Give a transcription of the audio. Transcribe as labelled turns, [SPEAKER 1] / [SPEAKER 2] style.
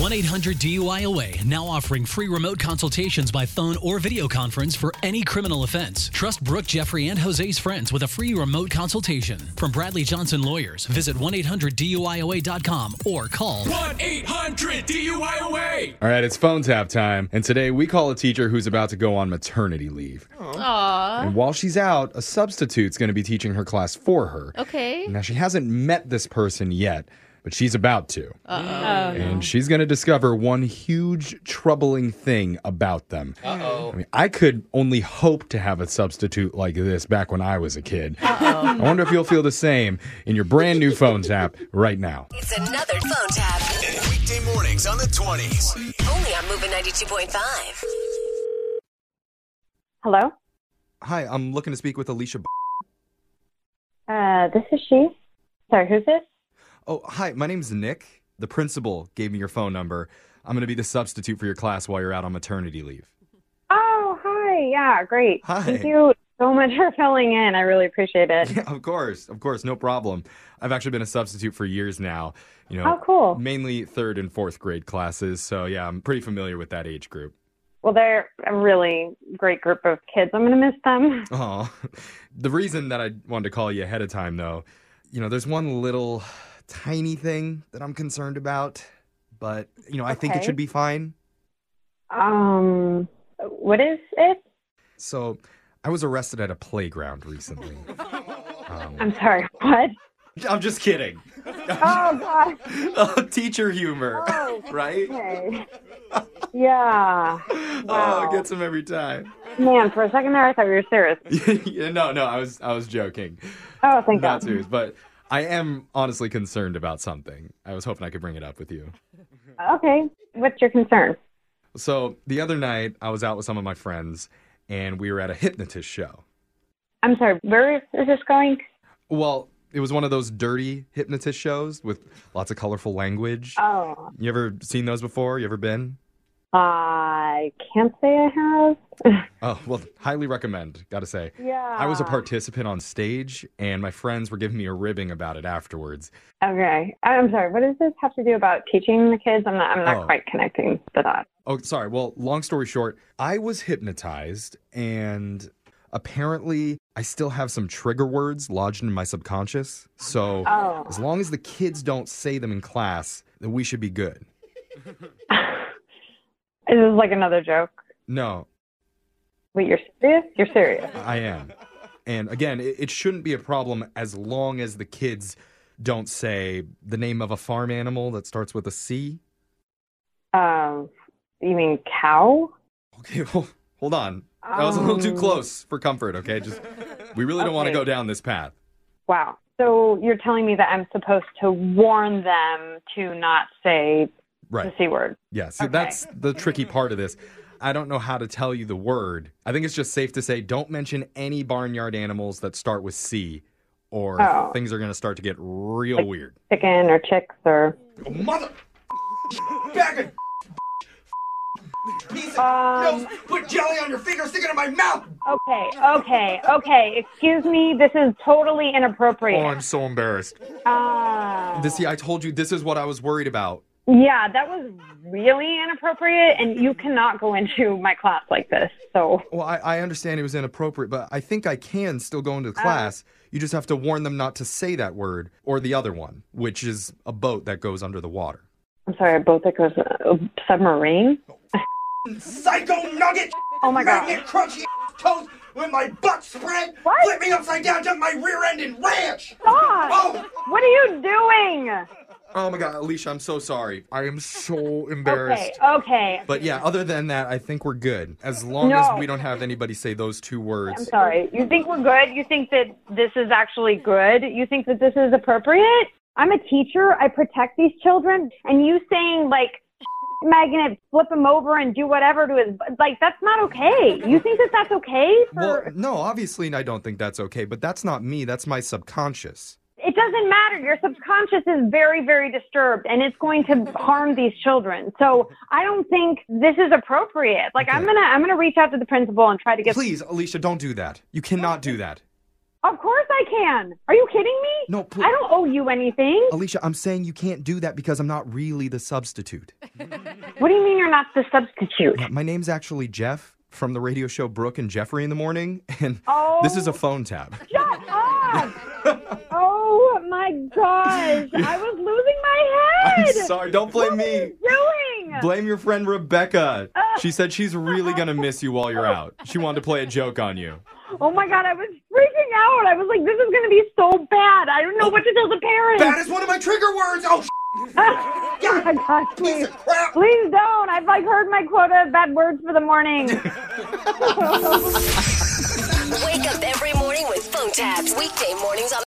[SPEAKER 1] 1 800 DUIOA now offering free remote consultations by phone or video conference for any criminal offense. Trust Brooke, Jeffrey, and Jose's friends with a free remote consultation. From Bradley Johnson Lawyers, visit 1 800 DUIOA.com or call
[SPEAKER 2] 1 800 DUIOA.
[SPEAKER 3] All right, it's phone tap time, and today we call a teacher who's about to go on maternity leave.
[SPEAKER 4] Aw.
[SPEAKER 3] And while she's out, a substitute's going to be teaching her class for her.
[SPEAKER 4] Okay.
[SPEAKER 3] Now, she hasn't met this person yet, but she's about to.
[SPEAKER 4] Oh.
[SPEAKER 3] And she's going to discover one huge, troubling thing about them. Uh oh. I mean, I could only hope to have a substitute like this back when I was a kid. I wonder if you'll feel the same in your brand new phone tap right now.
[SPEAKER 5] It's another phone tap.
[SPEAKER 6] Weekday mornings on the 20s.
[SPEAKER 5] Only on Moving 92.5.
[SPEAKER 7] Hello?
[SPEAKER 3] Hi, I'm looking to speak with Alicia.
[SPEAKER 7] Uh, this is she. Sorry, who's this?
[SPEAKER 3] Oh, hi, my name's Nick. The principal gave me your phone number. I'm going to be the substitute for your class while you're out on maternity leave.
[SPEAKER 7] Oh, hi. Yeah, great.
[SPEAKER 3] Hi.
[SPEAKER 7] Thank you so much for filling in. I really appreciate it.
[SPEAKER 3] Yeah, of course, of course, no problem. I've actually been a substitute for years now, you know,
[SPEAKER 7] Oh, cool.
[SPEAKER 3] mainly third and fourth grade classes. So, yeah, I'm pretty familiar with that age group.
[SPEAKER 7] Well, they're a really great group of kids. I'm going to miss them.
[SPEAKER 3] Oh, the reason that I wanted to call you ahead of time, though, you know, there's one little tiny thing that I'm concerned about, but, you know, I think it
[SPEAKER 7] Okay.
[SPEAKER 3] should be fine.
[SPEAKER 7] Um, what is it?
[SPEAKER 3] So, I was arrested at a playground recently. Um,
[SPEAKER 7] I'm sorry. What?
[SPEAKER 3] I'm just kidding.
[SPEAKER 7] Oh, God.
[SPEAKER 3] teacher humor,
[SPEAKER 7] Oh,
[SPEAKER 3] right?
[SPEAKER 7] Okay. Yeah.
[SPEAKER 3] Oh,
[SPEAKER 7] Wow.
[SPEAKER 3] it gets him every time.
[SPEAKER 7] Man, for a second there, I thought you were serious.
[SPEAKER 3] Yeah, no, no, I was I was joking.
[SPEAKER 7] Oh, thank
[SPEAKER 3] Not
[SPEAKER 7] God.
[SPEAKER 3] serious, but I am honestly concerned about something. I was hoping I could bring it up with you.
[SPEAKER 7] Okay. What's your concern?
[SPEAKER 3] So, the other night I was out with some of my friends and we were at a hypnotist show.
[SPEAKER 7] I'm sorry. Where is this going?
[SPEAKER 3] Well, it was one of those dirty hypnotist shows with lots of colorful language.
[SPEAKER 7] Oh,
[SPEAKER 3] You ever seen those before? You ever been?
[SPEAKER 7] I can't say I have.
[SPEAKER 3] Oh, well, highly recommend, got to say.
[SPEAKER 7] yeah.
[SPEAKER 3] I was a participant on stage, and my friends were giving me a ribbing about it afterwards.
[SPEAKER 7] Okay. I'm sorry. What does this have to do about teaching the kids? I'm not. I'm not
[SPEAKER 3] Oh.
[SPEAKER 7] quite connecting the dots.
[SPEAKER 3] Oh, sorry. Well, long story short, I was hypnotized, and apparently, I still have some trigger words lodged in my subconscious. So,
[SPEAKER 7] Oh.
[SPEAKER 3] as long as the kids don't say them in class, then we should be good.
[SPEAKER 7] Is this like another joke?
[SPEAKER 3] No,
[SPEAKER 7] Wait, you're serious? You're serious?
[SPEAKER 3] I am. And again, it, it shouldn't be a problem as long as the kids don't say the name of a farm animal that starts with a C.
[SPEAKER 7] Um, you mean cow?
[SPEAKER 3] Okay, well, hold on. That was a little too
[SPEAKER 7] Um.
[SPEAKER 3] close for comfort, okay? Just we really don't want to
[SPEAKER 7] Okay.
[SPEAKER 3] go down this path.
[SPEAKER 7] Wow. So you're telling me that I'm supposed to warn them to not say the
[SPEAKER 3] Right.
[SPEAKER 7] c word?
[SPEAKER 3] Yeah. See, that's the tricky part of this. I don't know how to tell you the word. I think it's just safe to say don't mention any barnyard animals that start with C or
[SPEAKER 7] Oh.
[SPEAKER 3] things are going to start to get real weird.
[SPEAKER 7] Chicken or chicks or?
[SPEAKER 3] Mother back and
[SPEAKER 7] Um,
[SPEAKER 3] put jelly on your finger, stick it in my mouth.
[SPEAKER 7] okay. Okay. Okay. Excuse me. This is totally
[SPEAKER 3] Oh,
[SPEAKER 7] inappropriate.
[SPEAKER 3] I'm so embarrassed.
[SPEAKER 7] Uh,
[SPEAKER 3] This, see, I told you this is what I was worried about.
[SPEAKER 7] Yeah, that was really inappropriate, and you cannot go into my class like this. So,
[SPEAKER 3] Well, I, I understand it was inappropriate, but I think I can still go
[SPEAKER 7] Uh.
[SPEAKER 3] into the class. You just have to warn them not to say that word or the other one, which is a boat that goes under the water.
[SPEAKER 7] I'm sorry, both it goes uh, submarine.
[SPEAKER 8] Psycho nugget!
[SPEAKER 7] Oh my
[SPEAKER 8] Magnet
[SPEAKER 7] god.
[SPEAKER 8] crunchy toast with my butt spread!
[SPEAKER 7] What?
[SPEAKER 8] Flip me upside down, dump my rear end in ranch!
[SPEAKER 7] Stop! What are you doing?
[SPEAKER 3] Oh my God, Alicia, I'm so sorry. I am so embarrassed.
[SPEAKER 7] Okay, uh, okay.
[SPEAKER 3] But yeah, other than that, I think we're good. As long
[SPEAKER 7] No.
[SPEAKER 3] as we don't have anybody say those two words.
[SPEAKER 7] I'm sorry. You think we're good? You think that this is actually good? You think that this is appropriate? I'm a teacher. I protect these children, and you saying like magnet, flip him over and do whatever to his like that's not okay. You think that that's okay? For,
[SPEAKER 3] Well, no, obviously, I don't think that's okay, but that's not me. That's my subconscious.
[SPEAKER 7] it doesn't matter. Your subconscious is very, very disturbed and it's going to harm these children. So I don't think this is appropriate. Like I'm
[SPEAKER 3] Okay.
[SPEAKER 7] gonna I'm gonna reach out to the principal and try to get
[SPEAKER 3] Please, Alicia, don't do that. You cannot do that.
[SPEAKER 7] Of course I can. Are you kidding me?
[SPEAKER 3] No, Oh, pl-
[SPEAKER 7] I don't owe you anything.
[SPEAKER 3] Alicia, I'm saying you can't do that because I'm not really the substitute.
[SPEAKER 7] What do you mean you're not the substitute?
[SPEAKER 3] My name's actually Jeff from the radio show Brooke and Jeffrey in the Morning, and
[SPEAKER 7] Oh.
[SPEAKER 3] this is a phone tap.
[SPEAKER 7] Shut up! oh my gosh. I was losing my
[SPEAKER 3] I'm
[SPEAKER 7] head.
[SPEAKER 3] sorry. Don't blame
[SPEAKER 7] What are
[SPEAKER 3] me.
[SPEAKER 7] you doing?
[SPEAKER 3] Blame your friend Rebecca. She said she's really going to miss you while you're out. She wanted to play a joke on you.
[SPEAKER 7] oh my god, I was freaking out. I was like, this is gonna be so bad. I
[SPEAKER 3] Oh.
[SPEAKER 7] don't know what to tell the parents.
[SPEAKER 8] That is one of my trigger words. Oh,
[SPEAKER 7] oh my god, please.
[SPEAKER 8] piece of crap.
[SPEAKER 7] Please don't. I've like heard my quota of bad words for the morning.
[SPEAKER 5] Wake up every morning with phone tabs. Weekday mornings on